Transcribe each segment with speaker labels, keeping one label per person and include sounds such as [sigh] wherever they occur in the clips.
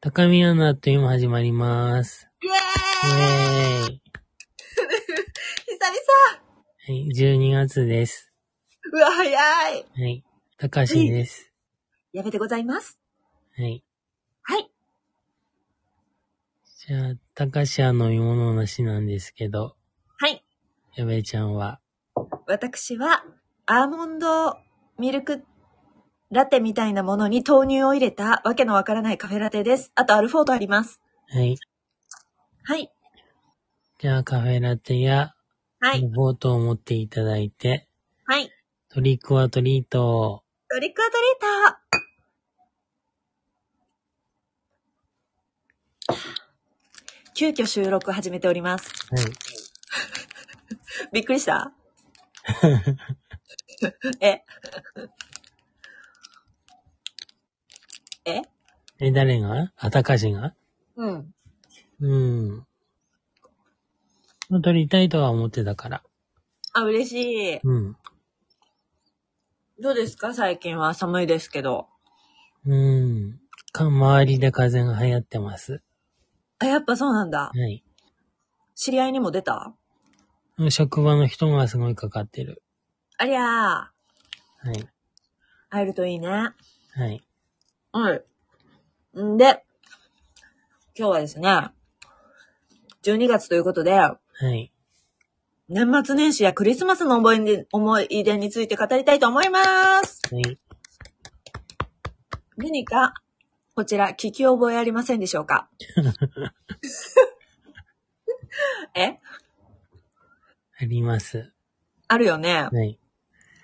Speaker 1: 高宮のあっという間始まります。
Speaker 2: イエ
Speaker 1: イ
Speaker 2: ーイ
Speaker 1: ェーイ。
Speaker 2: 久
Speaker 1: はい、12月です。
Speaker 2: 々うわ、早い
Speaker 1: はい。高しです。
Speaker 2: やめてございます。
Speaker 1: はい。
Speaker 2: はい。
Speaker 1: じゃあ、高しは飲み物なしなんですけど、
Speaker 2: はい。
Speaker 1: やべえちゃんは、
Speaker 2: 私は、アーモンドミルクラテみたいなものに豆乳を入れたわけのわからないカフェラテです。あと、アルフォートあります。
Speaker 1: はい。
Speaker 2: はい。
Speaker 1: じゃあ、カフェラテや、
Speaker 2: は
Speaker 1: リ
Speaker 2: い。
Speaker 1: ポートを持っていただいて、
Speaker 2: はい。
Speaker 1: トリックはトリートを
Speaker 2: トリックアトリーター急遽収録始めております。
Speaker 1: はい。
Speaker 2: びっくりした [laughs] ええ
Speaker 1: え、誰があ、高しが
Speaker 2: うん。
Speaker 1: うん。まあ撮りたいとは思ってたから。
Speaker 2: あ、嬉しい。
Speaker 1: うん。
Speaker 2: どうですか最近は寒いですけど。
Speaker 1: うん。か、周りで風邪が流行ってます。
Speaker 2: あ、やっぱそうなんだ。
Speaker 1: はい。
Speaker 2: 知り合いにも出た
Speaker 1: 職場の人がすごいかかってる。
Speaker 2: ありゃー。
Speaker 1: はい。
Speaker 2: 会えるといいね。
Speaker 1: はい。
Speaker 2: はい。んで、今日はですね、12月ということで、
Speaker 1: はい。
Speaker 2: 年末年始やクリスマスの思い出思い出について語りたいと思います。
Speaker 1: はい。
Speaker 2: 何か、こちら、聞き覚えありませんでしょうかえ
Speaker 1: あります。
Speaker 2: あるよね。
Speaker 1: はい。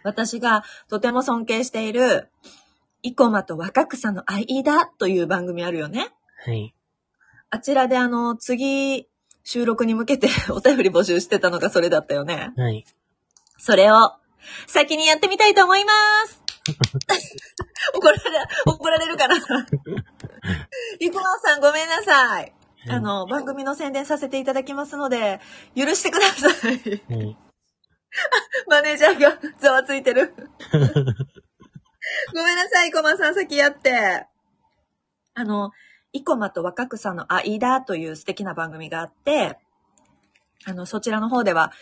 Speaker 2: 私がとても尊敬している、イコマと若草の間という番組あるよね。
Speaker 1: はい。
Speaker 2: あちらであの、次、収録に向けて [laughs] お便り募集してたのがそれだったよね。
Speaker 1: はい。
Speaker 2: それを、先にやってみたいと思います。怒られ、怒られるから。イコマさんごめんなさい。あの、番組の宣伝させていただきますので、許してください。 [laughs]
Speaker 1: はい。
Speaker 2: マネージャーが [laughs] ざわついてる。ごめんなさい、イコマさん先やって。あの、イコマと若草の間という素敵な番組があって、あの、そちらの方では、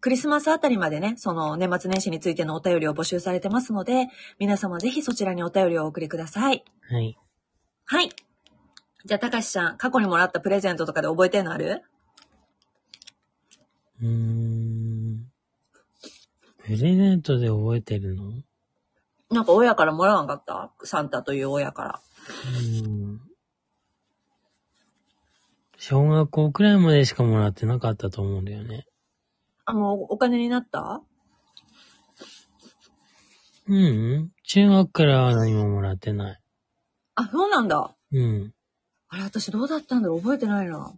Speaker 2: クリスマスあたりまでね、その年末年始についてのお便りを募集されてますので、皆様ぜひそちらにお便りをお送りください。
Speaker 1: はい。
Speaker 2: はい。じゃあ、たかしちゃん、過去にもらったプレゼントとかで覚えてるのある
Speaker 1: うーん。プレゼントで覚えてるのう
Speaker 2: なんか親からもらわんかったサンタという親から。
Speaker 1: ーん。小学校くらいまでしかもらってなかったと思うんだよね。
Speaker 2: あ、もうお金になった
Speaker 1: うん、うん。中学からは何ももらってない。
Speaker 2: あ、そうなんだ。
Speaker 1: うん。
Speaker 2: あれ、私どうだったんだろう覚えてないな。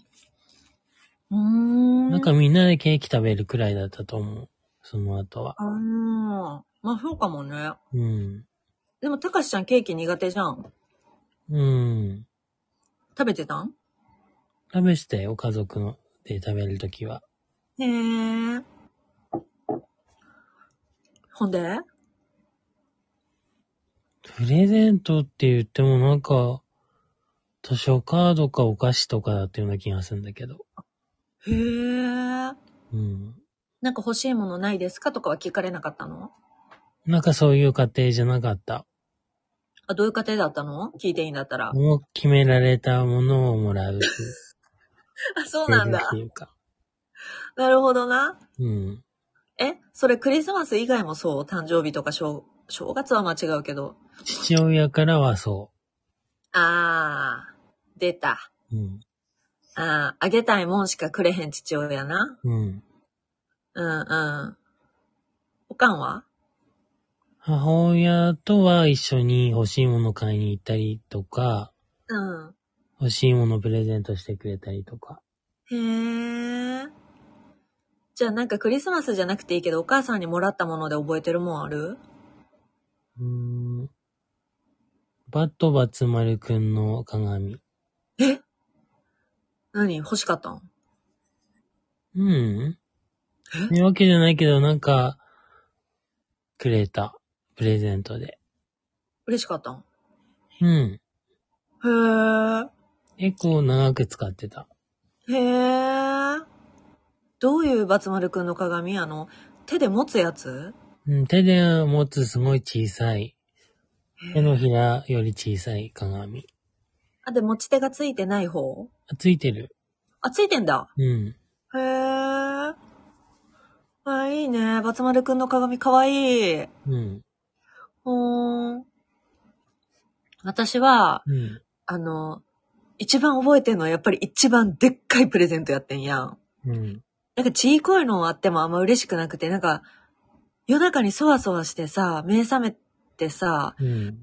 Speaker 2: うーん。
Speaker 1: なんかみんなでケーキ食べるくらいだったと思う。その後は。
Speaker 2: あーまあそうかもね。
Speaker 1: うん。
Speaker 2: でも、たかしちゃんケーキ苦手じゃん。
Speaker 1: うん。
Speaker 2: 食べてたん
Speaker 1: 食べしてよ、家族ので食べるときは。
Speaker 2: へえ。ほんで
Speaker 1: プレゼントって言ってもなんか、図書カードかお菓子とかだったような気がするんだけど。
Speaker 2: へえ。
Speaker 1: うん。
Speaker 2: なんか欲しいものないですかとかは聞かれなかったの
Speaker 1: なんかそういう家庭じゃなかった。
Speaker 2: あ、どういう家庭だったの聞いていいんだったら。
Speaker 1: もう決められたものをもらう
Speaker 2: [laughs]
Speaker 1: っていう。
Speaker 2: あ、そうなんだ
Speaker 1: って。いうか。
Speaker 2: なるほどな。
Speaker 1: うん。
Speaker 2: え、それクリスマス以外もそう誕生日とか正正月は間違うけど。
Speaker 1: 父親からはそ
Speaker 2: あー、出た。
Speaker 1: う。うん。
Speaker 2: ああ、あげたいもんしかくれへん父親な。
Speaker 1: うん。
Speaker 2: うんうん。おかんは
Speaker 1: 母親とは一緒に欲しいもの買いに行ったりとか、
Speaker 2: うん。
Speaker 1: 欲しいものプレゼントしてくれたりとか。
Speaker 2: へえ。じゃあなんかクリスマスじゃなくていいけど、お母さんにもらったもので覚えてるもんある
Speaker 1: うーん。バットバツマルくんの鏡。
Speaker 2: 何欲しかったん
Speaker 1: うん。そういうわけじゃないけど、なんか、くれた。プレゼントで。
Speaker 2: 嬉しかったん
Speaker 1: うん。
Speaker 2: へえ。
Speaker 1: 結構長く使ってた。
Speaker 2: へえ。どういうバツマルくんの鏡あの、手で持つやつ
Speaker 1: うん、手で持つすごい小さい。手のひらより小さい鏡。
Speaker 2: あ、で、持ち手がついてない方
Speaker 1: あついてる。
Speaker 2: あ、ついてんだ。
Speaker 1: うん。
Speaker 2: へえ。あ、いいね。バツマルくんの鏡かわいい。
Speaker 1: うん。
Speaker 2: ほーん。私は、
Speaker 1: うん。
Speaker 2: あの、一番覚えてんのはやっぱり一番でっかいプレゼントやってんやん。
Speaker 1: うん。
Speaker 2: なんかちいこいのあってもあんま嬉しくなくて、なんか夜中にそわそわしてさ、目覚めてさ、
Speaker 1: うん。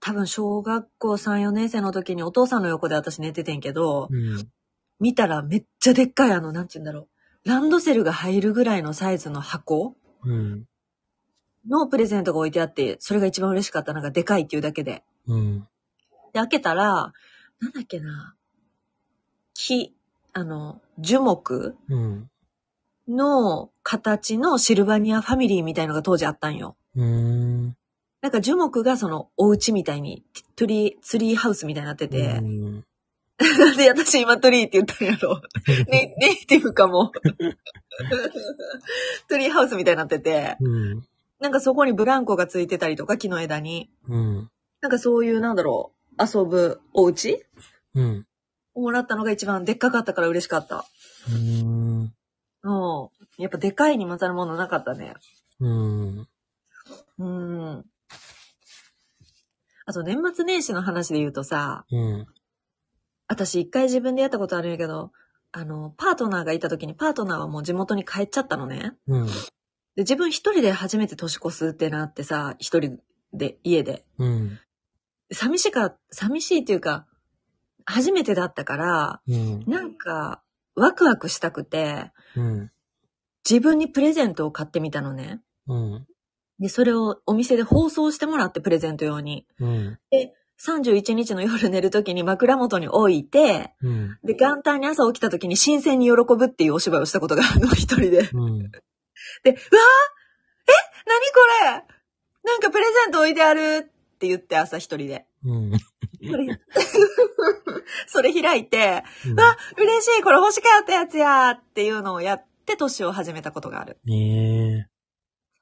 Speaker 2: 多分小学校3、4年生の時にお父さんの横で私寝ててんけど、
Speaker 1: うん。
Speaker 2: 見たらめっちゃでっかいあの、なんて言うんだろう。ランドセルが入るぐらいのサイズの箱
Speaker 1: うん。
Speaker 2: のプレゼントが置いてあって、それが一番嬉しかった。なんかでかいっていうだけで。
Speaker 1: うん。
Speaker 2: で、開けたら、なんだっけな、木、あの、樹木
Speaker 1: うん。
Speaker 2: の形のシルバニアファミリーみたいのが当時あったんよ。
Speaker 1: うーん。
Speaker 2: なんか樹木がそのお家みたいに、トゥリー、ツリーハウスみたいになってて
Speaker 1: う、ん。
Speaker 2: で、私今トリーって言ったんやろ。ネネイティブかも。 [laughs] トリーハウスみたいになってて、
Speaker 1: うん。
Speaker 2: なんかそこにブランコがついてたりとか、木の枝に。
Speaker 1: うん。
Speaker 2: なんかそういう、なんだろう、遊ぶお家
Speaker 1: うん。
Speaker 2: をもらったのが一番でっかかったから嬉しかった。
Speaker 1: うん。
Speaker 2: うん。やっぱでかいに勝るものなかったね。
Speaker 1: うん。
Speaker 2: うん。あと年末年始の話で言うとさ、
Speaker 1: うん。
Speaker 2: 私一回自分でやったことあるんやけど、あの、パートナーがいた時にパートナーはもう地元に帰っちゃったのね。
Speaker 1: うん。
Speaker 2: で、自分一人で初めて年越すってなってさ、一人で、家で。
Speaker 1: うん。
Speaker 2: 寂しいか、寂しいっていうか、初めてだったから、
Speaker 1: うん。
Speaker 2: なんか、ワクワクしたくて、
Speaker 1: うん。
Speaker 2: 自分にプレゼントを買ってみたのね。
Speaker 1: うん。
Speaker 2: で、それをお店で包装してもらって、プレゼント用に。
Speaker 1: うん。
Speaker 2: 31日の夜寝るときに枕元に置いて、
Speaker 1: うん。
Speaker 2: で、元旦に朝起きたときに新鮮に喜ぶっていうお芝居をしたことがあるの、一人で。で、うわー
Speaker 1: うん。
Speaker 2: え何これなんかプレゼント置いてあるって言って朝一人で。
Speaker 1: うん。
Speaker 2: それ [laughs] それ開いて、わ、嬉しいこれ欲しかったやつやっていうのをやって年を始めたことがある。
Speaker 1: ねえ。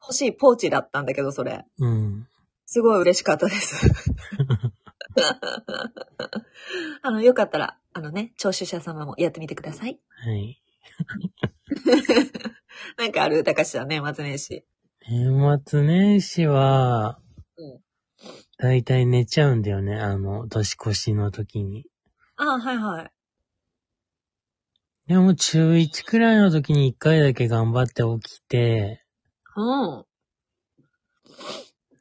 Speaker 2: 欲しいポーチだったんだけど、それ。
Speaker 1: うん。
Speaker 2: すごい嬉しかったです。あの、よかったら、あのね、聴取者様もやってみてください。
Speaker 1: はい。
Speaker 2: なんかある高橋はね、松年始。
Speaker 1: 年末年始は、
Speaker 2: うん。
Speaker 1: だいたい寝ちゃうんだよね。あの、年越しの時に。
Speaker 2: ああ、はいはい。
Speaker 1: でも中1くらいの時に一回だけ頑張って起きて、
Speaker 2: うん。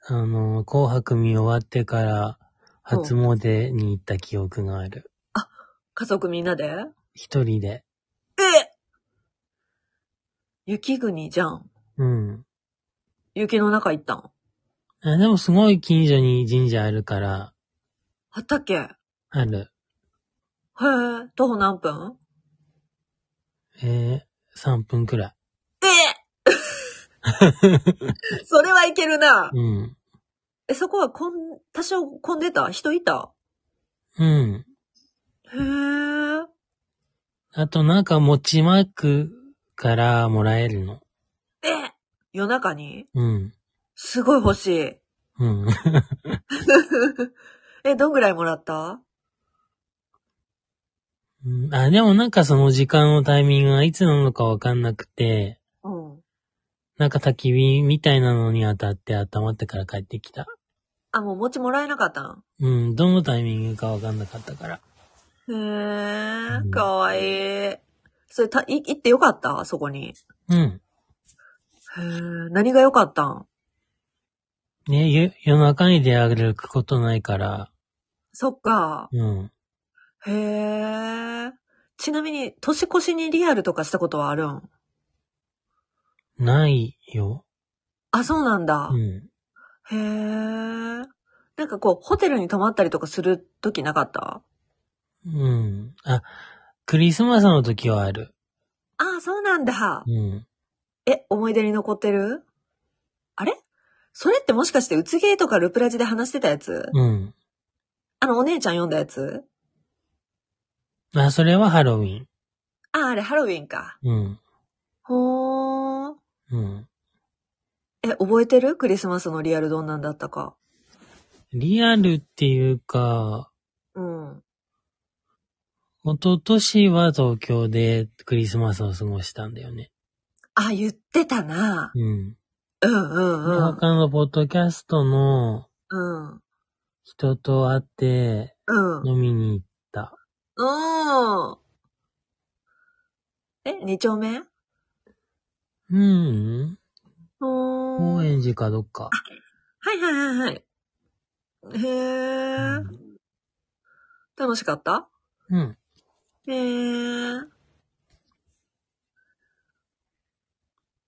Speaker 1: あの、紅白見終わってから、初詣に行った記憶がある。
Speaker 2: 家族みんなで
Speaker 1: 一人で。
Speaker 2: え雪国じゃん。
Speaker 1: うん。
Speaker 2: 雪の中行ったん。
Speaker 1: あでもすごい近所に神社あるから、
Speaker 2: あったっけへえ。
Speaker 1: ある。
Speaker 2: 徒歩何分
Speaker 1: えー、3分くら。。
Speaker 2: えそれはいけるない
Speaker 1: うん。
Speaker 2: え、そこはこん、多少混んでた人いた
Speaker 1: うん。
Speaker 2: へえ。
Speaker 1: あとなんか持ちマークからもらえるの。
Speaker 2: え夜中に
Speaker 1: うん。
Speaker 2: すごい欲しい。 [laughs]
Speaker 1: うん。
Speaker 2: え、どんぐらいもらった
Speaker 1: うんあ、でもなんかその時間のタイミングがいつなのかわかんなくて、
Speaker 2: うん。
Speaker 1: なんか焚き火みたいなのに当たって温まってから帰ってきた。
Speaker 2: あ、もう餅もらえなかったん
Speaker 1: うん、どのタイミングかわかんなかったから。
Speaker 2: へ
Speaker 1: うん
Speaker 2: え、かわいい。それ、た、い、行ってよかったそこに。
Speaker 1: うん。
Speaker 2: へえ、何がよかったん
Speaker 1: ね、ゆ夜中に出歩くことないから、
Speaker 2: そっか。
Speaker 1: うん。
Speaker 2: へえ。ちなみに、年越しにリアルとかしたことはあるん
Speaker 1: ないよ。
Speaker 2: あ、そうなんだ。
Speaker 1: うん。
Speaker 2: へえ。なんかこう、ホテルに泊まったりとかするときなかった
Speaker 1: うん。あ、クリスマスの時はある。
Speaker 2: ああ、そうなんだ。
Speaker 1: うん。
Speaker 2: え、思い出に残ってるあれそれってもしかして、うつゲーとかルプラジで話してたやつ
Speaker 1: うん。
Speaker 2: あの、お姉ちゃん読んだやつ
Speaker 1: あ、それはハロウィン。
Speaker 2: あ、あれハロウィンか。
Speaker 1: うん。
Speaker 2: ほー。
Speaker 1: うん。
Speaker 2: え、覚えてるクリスマスのリアルどんなんだったか。
Speaker 1: リアルっていうか、
Speaker 2: うん。
Speaker 1: 一昨年は東京でクリスマスを過ごしたんだよね。
Speaker 2: あ、言ってたな。
Speaker 1: うん。で
Speaker 2: うんうんうん。
Speaker 1: 他のポッドキャストの
Speaker 2: うん。
Speaker 1: 人と会って
Speaker 2: うん。
Speaker 1: 飲みに行った。
Speaker 2: うん。え、二丁目
Speaker 1: うん。
Speaker 2: う
Speaker 1: 高
Speaker 2: ーん。
Speaker 1: 円寺かどっか。
Speaker 2: はいはいはいはい。へ
Speaker 1: う
Speaker 2: ー。
Speaker 1: ん。
Speaker 2: 楽しかった
Speaker 1: うん。
Speaker 2: へー。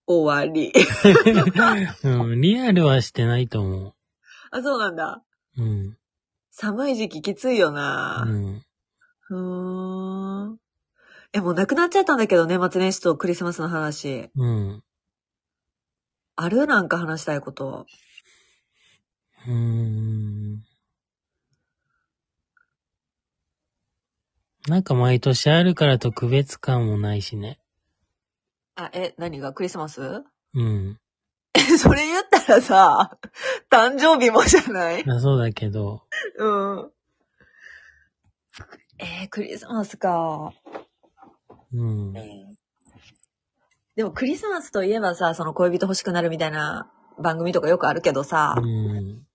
Speaker 2: 終わり。 [laughs]
Speaker 1: うん [laughs] リアルはしてないと思
Speaker 2: あ、そうなんだ。
Speaker 1: う。うん。
Speaker 2: 寒い時期きついよ
Speaker 1: う
Speaker 2: な。
Speaker 1: ん。
Speaker 2: うーん。え、もうなくなっちゃったんだけどね、年始とクリスマスの話。
Speaker 1: うん。
Speaker 2: あるなんか話したいこと。
Speaker 1: うん。なんか毎年あるから特別感もないしね。
Speaker 2: あ、え、何がクリスマス
Speaker 1: うん。
Speaker 2: え [laughs] それ言ったらさ、誕生日もじゃない
Speaker 1: まあそうだけど。
Speaker 2: うん。えー、クリスマスか。
Speaker 1: うん。
Speaker 2: でもクリスマスといえばさ、その恋人欲しくなるみたいな番組とかよくあるけどさ、
Speaker 1: うん。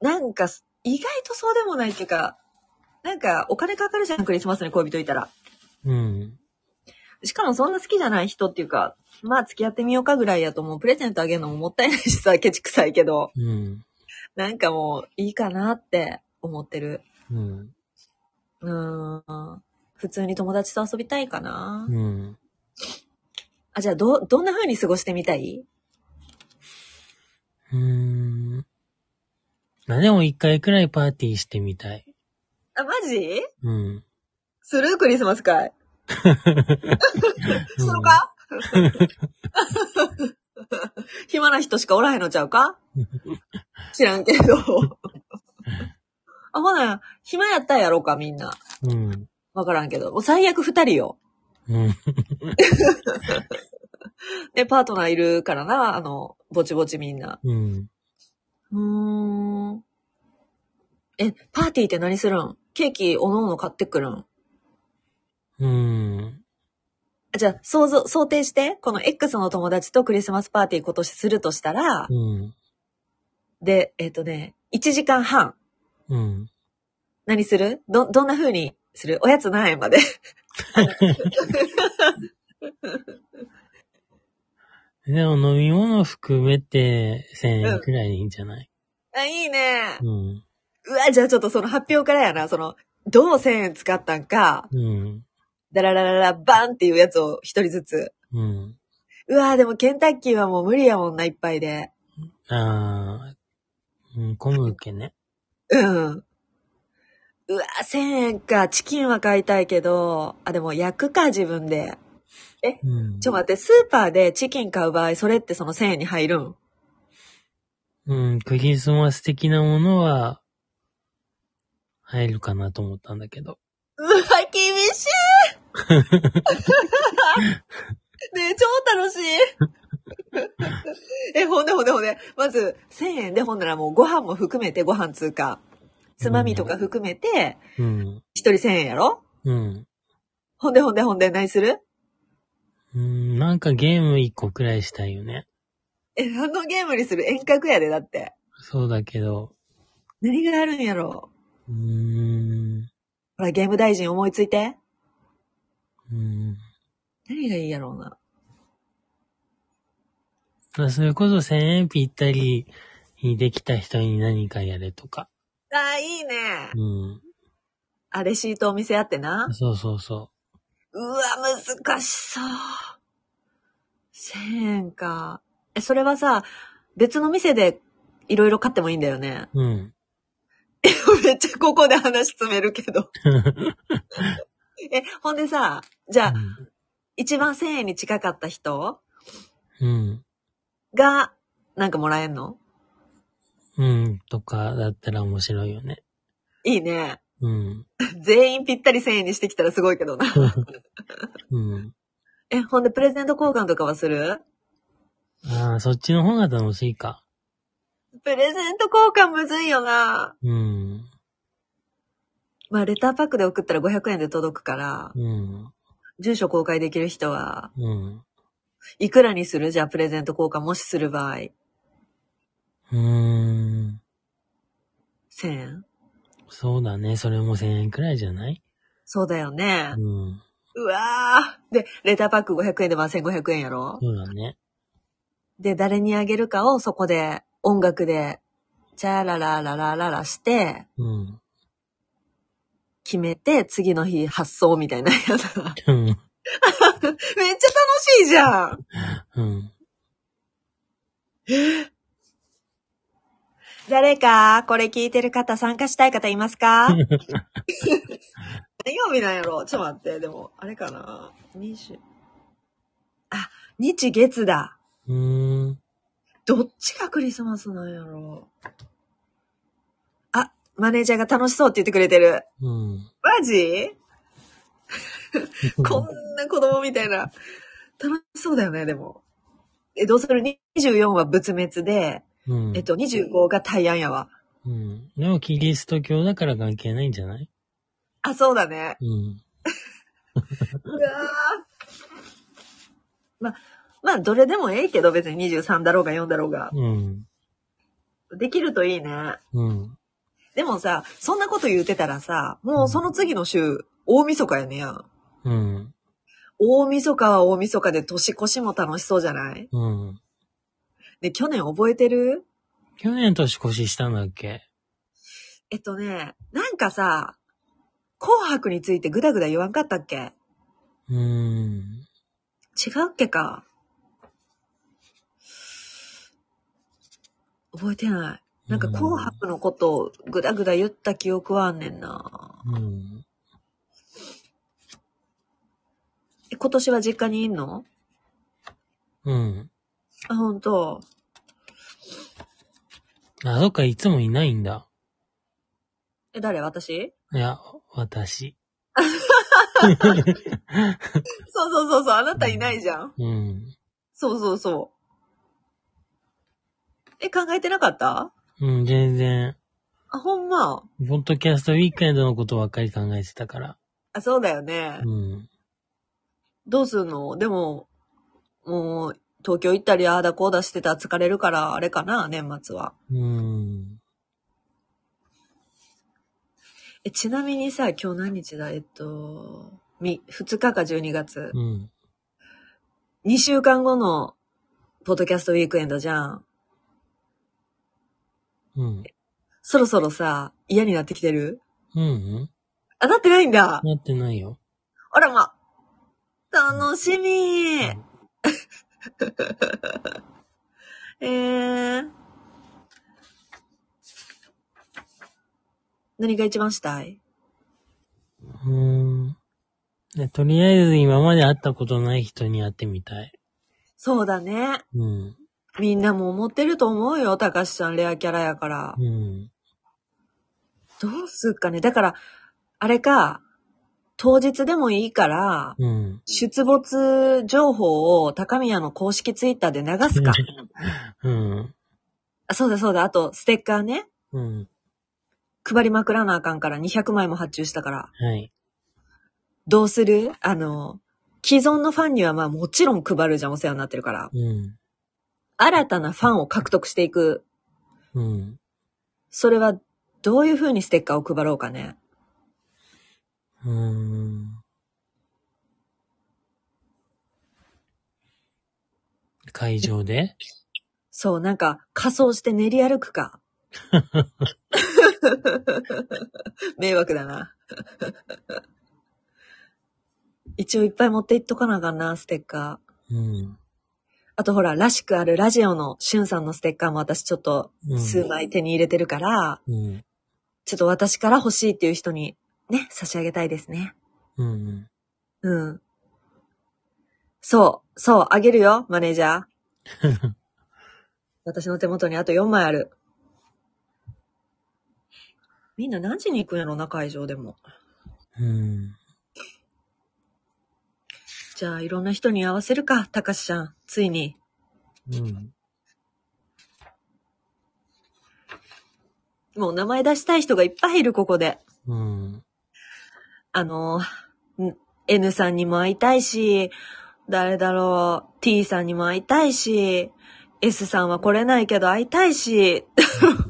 Speaker 2: なんかす意外とそうでもないっていうか、なんかお金かかるじゃん、クリスマスに恋人いたら。
Speaker 1: うん。
Speaker 2: しかもそんな好きじゃない人っていうか、まあ付き合ってみようかぐらいやともうプレゼントあげるのももったいないしさ、 [laughs] ケチくさいけど、
Speaker 1: うん。
Speaker 2: なんかもういいかなって思ってる。
Speaker 1: うん。
Speaker 2: うーん。普通に友達と遊びたいかな。
Speaker 1: うん。
Speaker 2: あ、じゃあ、ど、どんな風に過ごしてみたい
Speaker 1: うん。まあでも一回くらいパーティーしてみたい。
Speaker 2: あ、マジ
Speaker 1: うん。
Speaker 2: するクリスマス会。するか、暇な人しかおらへんのちゃうか知らんけど。あ、ほな、暇やったんやろうか、みんな。
Speaker 1: うん。
Speaker 2: わからんけど。もう最悪二人よ。
Speaker 1: うん。
Speaker 2: で、パートナーいるからな、あの、ぼちぼちみんな。
Speaker 1: うん。
Speaker 2: うーん。え、パーティーって何するんケーキ、おのおの買ってくるん
Speaker 1: うん。
Speaker 2: じゃあ、想像、想定して、この X の友達とクリスマスパーティー今年するとしたら、
Speaker 1: うん。
Speaker 2: で、えっ、とね、1時間半。
Speaker 1: うん。
Speaker 2: 何するど、どんな風にするおやつ何円まで [laughs]
Speaker 1: でも飲み物含めて1000円くらいでいいんじゃない
Speaker 2: あ、いいね。
Speaker 1: うん。
Speaker 2: うわ、じゃあちょっとその発表からやな。その、どう1000円使ったんか、
Speaker 1: うん。
Speaker 2: ダララララバンっていうやつを一人ずつ。
Speaker 1: うん。
Speaker 2: うわ、でもケンタッキーはもう無理やもんな、いっぱいで。
Speaker 1: ああ。うん、小麦ね。
Speaker 2: うん。うわ、1000円か。チキンは買いたいけど、あ、でも焼くか、自分で。
Speaker 1: うん。
Speaker 2: ちょ、待って、スーパーでチキン買う場合、それってその1000円に入るん
Speaker 1: うん、クリスマス的なものは、入るかなと思ったんだけど。
Speaker 2: うわ、厳しいねえ、超楽しいえ、ほんでほんでほんで。まず、1000円でほんならもうご飯も含めてご飯通過。つまみとか含めて、
Speaker 1: うん。
Speaker 2: 一人1000円やろ
Speaker 1: うん。
Speaker 2: ほんでほんでほんで何する
Speaker 1: うん、なんかゲーム一個くらいしたいよね。
Speaker 2: え、何のゲームにする遠隔やで、だって。
Speaker 1: そうだけど。
Speaker 2: 何があるんやろ
Speaker 1: うーん。
Speaker 2: ほら、ゲーム大臣思いついて。
Speaker 1: うん。
Speaker 2: 何がいいやろうな。
Speaker 1: まあそれこそ1000円ぴったりにできた人に何かやれとか。
Speaker 2: あー、いいね。
Speaker 1: うん。
Speaker 2: あ、レシートお店あってな。
Speaker 1: そうそうそう
Speaker 2: わ、難しそう。1000円か。え、それはさ、別の店でいろいろ買ってもいいんだよね。
Speaker 1: う。うん。
Speaker 2: [laughs] めっちゃここで話詰めるけど。え、ほんでさ、じゃあ、一番1000円に近かった人
Speaker 1: [laughs] うん。
Speaker 2: が、なんかもらえんの
Speaker 1: うん。とかだったら面白いよね。
Speaker 2: いいね。
Speaker 1: うん。
Speaker 2: 全員ぴったり1000円にしてきたらすごいけどな。
Speaker 1: うん。
Speaker 2: え、ほんでプレゼント交換とかはする
Speaker 1: ああ、そっちの方が楽しいか。
Speaker 2: プレゼント交換むずいよな。
Speaker 1: うん。
Speaker 2: まあ、レターパックで送ったら500円で届くから、
Speaker 1: うん。
Speaker 2: 住所公開できる人は、
Speaker 1: うん。
Speaker 2: いくらにするじゃあプレゼント交換もしする場合。1000
Speaker 1: うーん。
Speaker 2: 円
Speaker 1: そうだね。それも1000円くらいじゃない
Speaker 2: そうだよね。
Speaker 1: うん。
Speaker 2: うわー。で、レターパック500円でまあ1500円やろ
Speaker 1: そうだね。
Speaker 2: で、誰にあげるかをそこで音楽で、チャララララララして、
Speaker 1: うん。
Speaker 2: 決めて、次の日発送みたいな [laughs] やつ。めっちゃ楽
Speaker 1: うん。
Speaker 2: しいじゃん
Speaker 1: うん。
Speaker 2: 誰か、これ聞いてる方、参加したい方いますか何曜日なんやろちょっと待って、でも、あれかな ?20。あ、日月だ。
Speaker 1: うーん。
Speaker 2: どっちがクリスマスなんやろあ、マネージャーが楽しそうって言ってくれてる。
Speaker 1: うん。
Speaker 2: マジこんな子供みたいな。楽しそうだよね、でも。え、どうする ?24 は仏滅で、
Speaker 1: うん。
Speaker 2: えっと、25が大安やわ。
Speaker 1: うん。でもキリスト教だから関係ないんじゃない
Speaker 2: あ、そうだね。
Speaker 1: うん。
Speaker 2: うわーま、まあ、どれでもええけど、別に23だろうが4だろうが。
Speaker 1: うん。
Speaker 2: できるといいね。
Speaker 1: うん。
Speaker 2: でもさ、そんなこと言うてたらさ、もうその次の週、大晦日やねやん。
Speaker 1: うん。
Speaker 2: 大晦日は大晦日で年越しも楽しそうじゃない
Speaker 1: うん。
Speaker 2: で、去年覚えてる
Speaker 1: 去年年越ししたんだっけ
Speaker 2: えっとね、なんかさ、紅白についてぐだぐだ言わんかったっけ
Speaker 1: うーん。
Speaker 2: 違うっけか覚えてない。なんか紅白のことをぐだぐだ言った記憶はあんねんな。
Speaker 1: うん。
Speaker 2: え今年は実家にいんの
Speaker 1: うん。
Speaker 2: あ、ほんと。
Speaker 1: あ、そっか、いつもいないんだ。
Speaker 2: え、誰私
Speaker 1: いや、私。
Speaker 2: そうそうそうそう、あなたいないじゃん。
Speaker 1: うん。
Speaker 2: そうそうそう。え、考えてなかった
Speaker 1: うん、全然。
Speaker 2: あ、ほんま。
Speaker 1: ポッドキャストウィークエンドのことばっかり考えてたから。
Speaker 2: あ、そうだよね
Speaker 1: う。ん。
Speaker 2: どうすんのでも、もう、東京行ったり、ああだこうだしてたら疲れるから、あれかな、年末は。
Speaker 1: うん。
Speaker 2: え、ちなみにさ、今日何日だえっと、み、2日か12月。
Speaker 1: うん。
Speaker 2: 2週間後の、ポッドキャストウィークエンドじゃん。
Speaker 1: うん。
Speaker 2: そろそろさ、嫌になってきてる
Speaker 1: うん。
Speaker 2: あ、なってないんだ。
Speaker 1: なってないよ。
Speaker 2: あらま。楽しみ [laughs] ー。えー。何が一番したいう
Speaker 1: ーん。でとりあえず今まで会ったことない人に会ってみたい。
Speaker 2: そうだね。
Speaker 1: うん。
Speaker 2: みんなも思ってると思うよ。たかしちゃんレアキャラやから。
Speaker 1: うん。
Speaker 2: どうすっかね。だから、あれか、当日でもいいから、
Speaker 1: うん。
Speaker 2: 出没情報を高宮の公式ツイッターで流すか。
Speaker 1: うん。
Speaker 2: あそうだそうだ。あと、ステッカーね。
Speaker 1: うん。
Speaker 2: 配りまくらなあかんから200枚も発注したから。
Speaker 1: はい。
Speaker 2: どうするあの、既存のファンにはまあもちろん配るじゃん、お世話になってるから。
Speaker 1: うん。
Speaker 2: 新たなファンを獲得していく。
Speaker 1: うん。
Speaker 2: それはどういう風にステッカーを配ろうかね。
Speaker 1: うーん。会場で
Speaker 2: そう、なんか仮装して練り歩
Speaker 1: [laughs]
Speaker 2: くか。迷惑だな。一応いっぱい持っていっとかなあかんな、ステッカー。
Speaker 1: うん。
Speaker 2: あとほら、らしくあるラジオのしゅんさんのステッカーも私ちょっと
Speaker 1: うん。
Speaker 2: 数枚手に入れてるから、
Speaker 1: うん。
Speaker 2: ちょっと私から欲しいっていう人にね、差し上げたいですね。
Speaker 1: うん。
Speaker 2: うん。そう、そう、あげるよ、マネージャー。私の手元にあと4枚ある。みんな何時に行くんやろな、会場でも。
Speaker 1: うん。
Speaker 2: じゃあ、いろんな人に会わせるか、たかしちゃん。ついに。
Speaker 1: うん。
Speaker 2: もう名前出したい人がいっぱいいる、ここで。
Speaker 1: うん。
Speaker 2: あの、ん N さんにも会いたいし、誰だろう、T さんにも会いたいし、S さんは来れないけど会いたいし、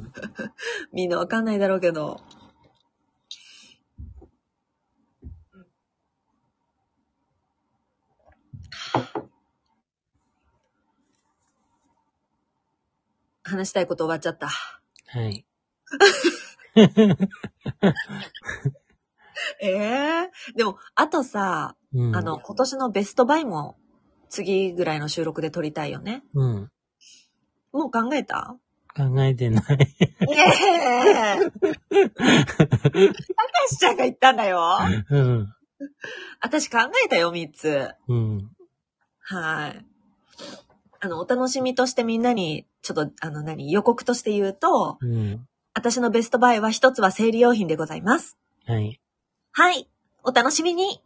Speaker 2: [laughs] みんなわかんないだろうけど。話したいこと終わっちゃった。
Speaker 1: はい。
Speaker 2: ええでも、あとさ、
Speaker 1: うん。
Speaker 2: あの、今年のベストバイも次ぐらいの収録で撮りたいよね。
Speaker 1: うん。
Speaker 2: もう考えた
Speaker 1: 考えてない。
Speaker 2: ええ [laughs] ー、高橋ちゃんが言ったんだよ。
Speaker 1: うん。
Speaker 2: 私考えたよ、3つ。
Speaker 1: うん。
Speaker 2: はい。あの、お楽しみとしてみんなに、ちょっと、あの、何、予告として言うと、
Speaker 1: うん。
Speaker 2: 私のベストバイは一つは生理用品でございます。
Speaker 1: はい。
Speaker 2: はい。お楽しみに。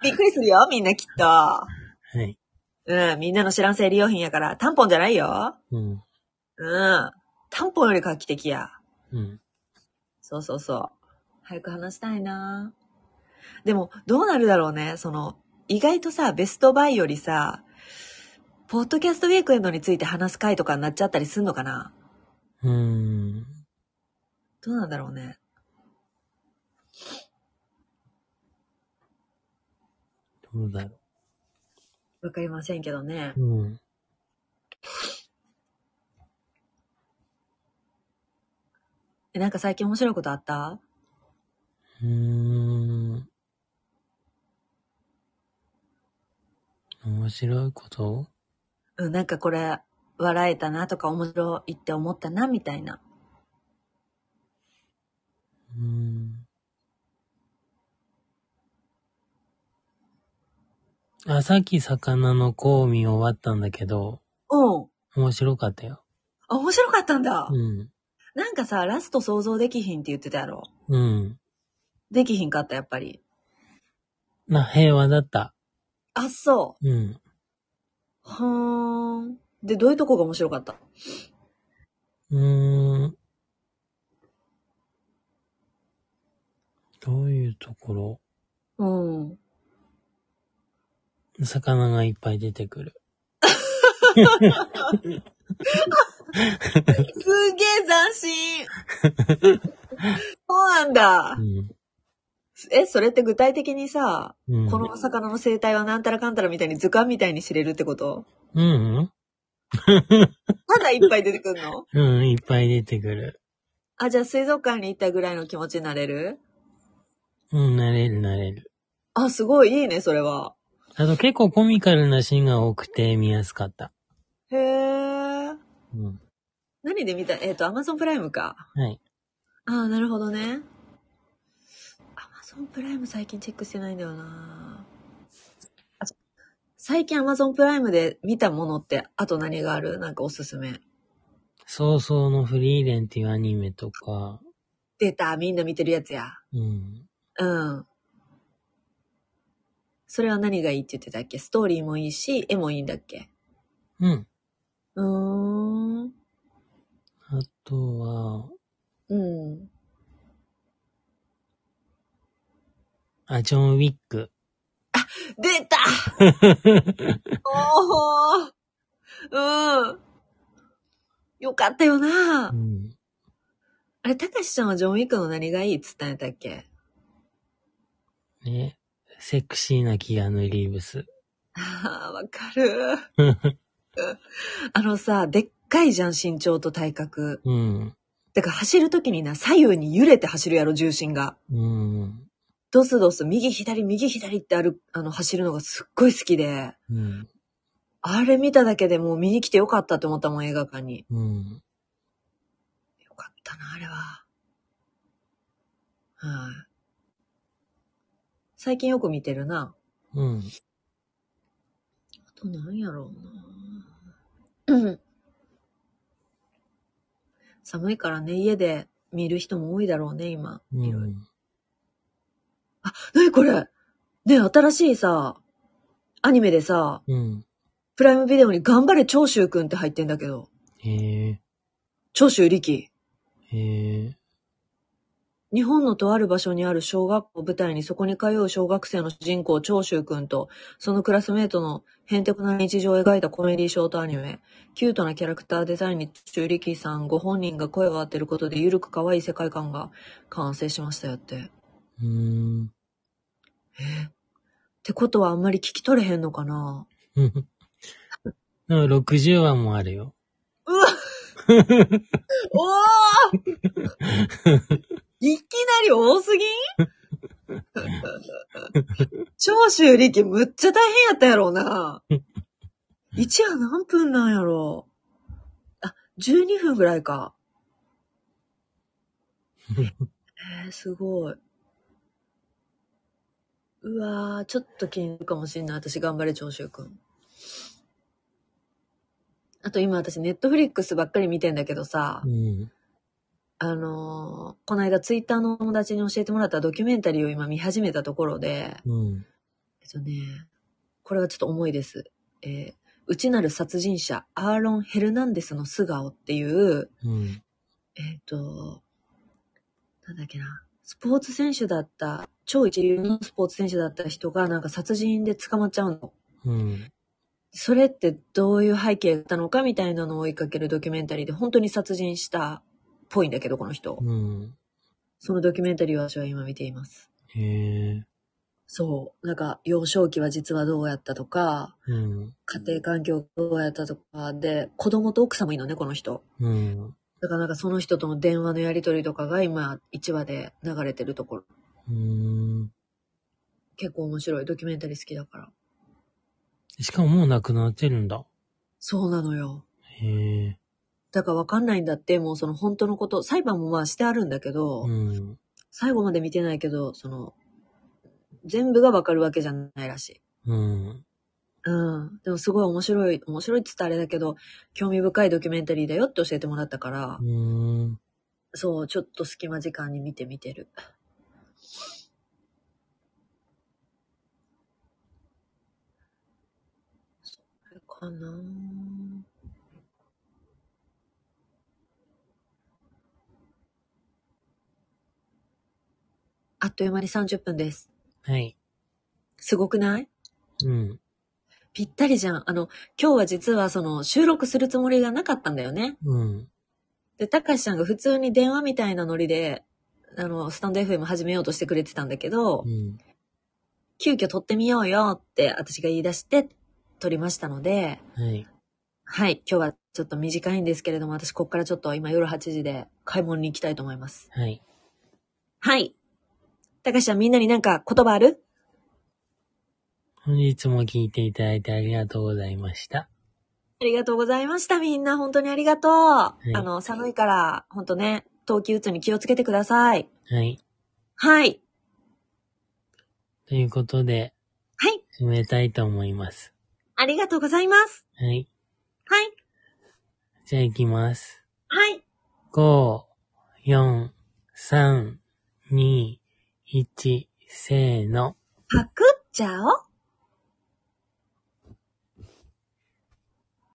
Speaker 2: びっくりするよ、みんなきっと。
Speaker 1: はい。
Speaker 2: うん、みんなの知らん生理用品やから、タンポンじゃないよ。
Speaker 1: うん。
Speaker 2: うん。タンポンより画期的や。
Speaker 1: うん。
Speaker 2: そうそうそう。早く話したいなでも、どうなるだろうね。その、意外とさ、ベストバイよりさ、ポッドキャストウィークエンドについて話す回とかになっちゃったりすんのかな
Speaker 1: うん。
Speaker 2: どうなんだろうね。
Speaker 1: どうだろ
Speaker 2: わかりませんけどね
Speaker 1: う。。うん。
Speaker 2: えなんか最近面白いことあった
Speaker 1: うーん。面白いこと
Speaker 2: うん、なんかこれ、笑えたなとか面白いって思ったなみたいな。
Speaker 1: うーん。あ、さっき魚の香味終わったんだけど、
Speaker 2: うん。
Speaker 1: 面白かったよ。
Speaker 2: あ、面白かったんだ。
Speaker 1: うん。
Speaker 2: なんかさ、ラスト想像できひんって言ってたやろ。
Speaker 1: うん。
Speaker 2: できひんかった、やっぱり。
Speaker 1: な、平和だった。
Speaker 2: あ、そう。
Speaker 1: うん。
Speaker 2: はーん。で、どういうとこが面白かった
Speaker 1: うーん。どういうところ
Speaker 2: うん。
Speaker 1: 魚がいっぱい出てくる。
Speaker 2: すげえ斬新 [laughs] そうなんだ
Speaker 1: う。ん。
Speaker 2: え、それって具体的にさ、
Speaker 1: うん。
Speaker 2: この魚の生態はなんたらかんたらみたいに図鑑みたいに知れるってこと
Speaker 1: うん。
Speaker 2: まだいっぱい出てくん [laughs] の
Speaker 1: うん、いっぱい出てくる。
Speaker 2: あ、じゃあ水族館に行ったぐらいの気持ちになれる
Speaker 1: うん、なれるなれる。
Speaker 2: あ、すごいいいね、それは。
Speaker 1: あと結構コミカルなシーンが多くて見やすかった。
Speaker 2: へー。
Speaker 1: うん。
Speaker 2: 何で見たえっ、と、アマゾンプライムか。
Speaker 1: はい。
Speaker 2: ああ、なるほどね。アマゾンプライム最近チェックしてないんだよなあそ最近アマゾンプライムで見たものって、あと何があるなんかおすすめ。
Speaker 1: 早々のフリーレンっていうアニメとか、
Speaker 2: 出た、みんな見てるやつや。
Speaker 1: うん。
Speaker 2: うん。それは何がいいって言ってたっけストーリーもいいし、絵もいいんだっけ
Speaker 1: うん。
Speaker 2: うーん。
Speaker 1: あとは、
Speaker 2: うん。
Speaker 1: あ、ジョン・ウィック。
Speaker 2: 出たおーうん。よかったよな
Speaker 1: うん。
Speaker 2: あれ、たかしちゃんはジョンウィックの何がいいっつったんやったっけ [laughs]
Speaker 1: ね。セクシーなキアヌ・リーブス。 [laughs]
Speaker 2: ああ、わかる。あのさ、でっかいじゃん、身長と体格。
Speaker 1: うん。
Speaker 2: だから走るときにな、左右に揺れて走るやろ、重心が。
Speaker 1: うん。
Speaker 2: ドスドス、右左、右左ってある、あの、走るのがすっごい好きで。
Speaker 1: うん。
Speaker 2: あれ見ただけでもう見に来てよかったって思ったもん、映画館に。
Speaker 1: うん。
Speaker 2: よかったな、あれは。はい、最近よく見てるな。
Speaker 1: うん。
Speaker 2: あとなんやろうな。うん寒いからね、家で見る人も多いだろうね、今。
Speaker 1: う
Speaker 2: いろいろ
Speaker 1: ん。
Speaker 2: あ、なにこれね、新しいさ、アニメでさ、
Speaker 1: うん。
Speaker 2: プライムビデオに頑張れ長州くんって入ってんだけど、
Speaker 1: へえ、
Speaker 2: 長州力。
Speaker 1: へえ、
Speaker 2: 日本のとある場所にある小学校を舞台にそこに通う小学生の主人公長州くんとそのクラスメートのへんてこな日常を描いたコメディショートアニメ。キュートなキャラクターデザインに長州力さんご本人が声を当てることでゆるく可愛い世界観が完成しましたよって。
Speaker 1: うーん。
Speaker 2: ってことはあんまり聞き取れへんのかな
Speaker 1: うんでも60話もあるよ。
Speaker 2: うわおーいきなり多すぎん長州力むっちゃ大変やったやろうな。一夜何分なんやろう。あ、12分ぐらいか。えー、すごい。うわー、ちょっと気になるかもしんない。私頑張れ、長州くん。あと今私、ネットフリックスばっかり見てんだけどさ、
Speaker 1: うん。
Speaker 2: あのーこの間ツイッターの友達に教えてもらったドキュメンタリーを今見始めたところで、
Speaker 1: うん。
Speaker 2: えっとね、これはちょっと重いです。えー内なる殺人者、アーロン・ヘルナンデスの素顔っていう、
Speaker 1: うん。
Speaker 2: えっ、と、なんだっけな、スポーツ選手だった、超一流のスポーツ選手だった人がなんか殺人で捕まっちゃうの。
Speaker 1: うん。
Speaker 2: それってどういう背景だったのかみたいなのを追いかけるドキュメンタリーで本当に殺人したっぽいんだけど、この人。
Speaker 1: うん。
Speaker 2: そのドキュメンタリーを私は今見ています。
Speaker 1: へえ、
Speaker 2: そう。なんか、幼少期は実はどうやったとか、
Speaker 1: うん。
Speaker 2: 家庭環境どうやったとかで、子供と奥さんもいいのね、この人。
Speaker 1: うん。
Speaker 2: だからなんかその人との電話のやりとりとかが今、1話で流れてるところ。
Speaker 1: うん。
Speaker 2: 結構面白い。ドキュメンタリー好きだから。
Speaker 1: しかももうなくなってるんだ。
Speaker 2: そうなのよ。
Speaker 1: へえ、
Speaker 2: だからわかんないんだって、もうその本当のこと、裁判もまあしてあるんだけど、
Speaker 1: うん。
Speaker 2: 最後まで見てないけど、その、全部がわかるわけじゃないらしい。
Speaker 1: うん。
Speaker 2: うん。でもすごい面白い、面白いって言ったらあれだけど、興味深いドキュメンタリーだよって教えてもらったから、
Speaker 1: うん。
Speaker 2: そう、ちょっと隙間時間に見て見てる。それかなぁあっという間に30分です。
Speaker 1: はい。
Speaker 2: すごくない
Speaker 1: うん。
Speaker 2: ぴったりじゃん。あの、今日は実はその収録するつもりがなかったんだよね。
Speaker 1: うん。
Speaker 2: で、たかしさんが普通に電話みたいなノリで、あの、スタンド FM 始めようとしてくれてたんだけど
Speaker 1: う、ん。
Speaker 2: 急遽撮ってみようよって私が言い出して撮りましたので、
Speaker 1: はい。
Speaker 2: はい、今日はちょっと短いんですけれども、私こっからちょっと今夜8時で買い物に行きたいと思います。
Speaker 1: はい。
Speaker 2: はい。たかしさんみんなになんか言葉ある
Speaker 1: 本日も聞いていただいてありがとうございました。
Speaker 2: ありがとうございました。みんな本当にありがとう。
Speaker 1: い
Speaker 2: あの、寒いから、本当ね、冬季うつに気をつけてください。
Speaker 1: はい。
Speaker 2: はい。
Speaker 1: ということで、
Speaker 2: はい。
Speaker 1: 締めたいと思います。
Speaker 2: ありがとうございます。
Speaker 1: はい。
Speaker 2: はい。
Speaker 1: じゃあ行きます。
Speaker 2: はい。
Speaker 1: 5、4、3、2、1、せーの。
Speaker 2: パクっちゃおう。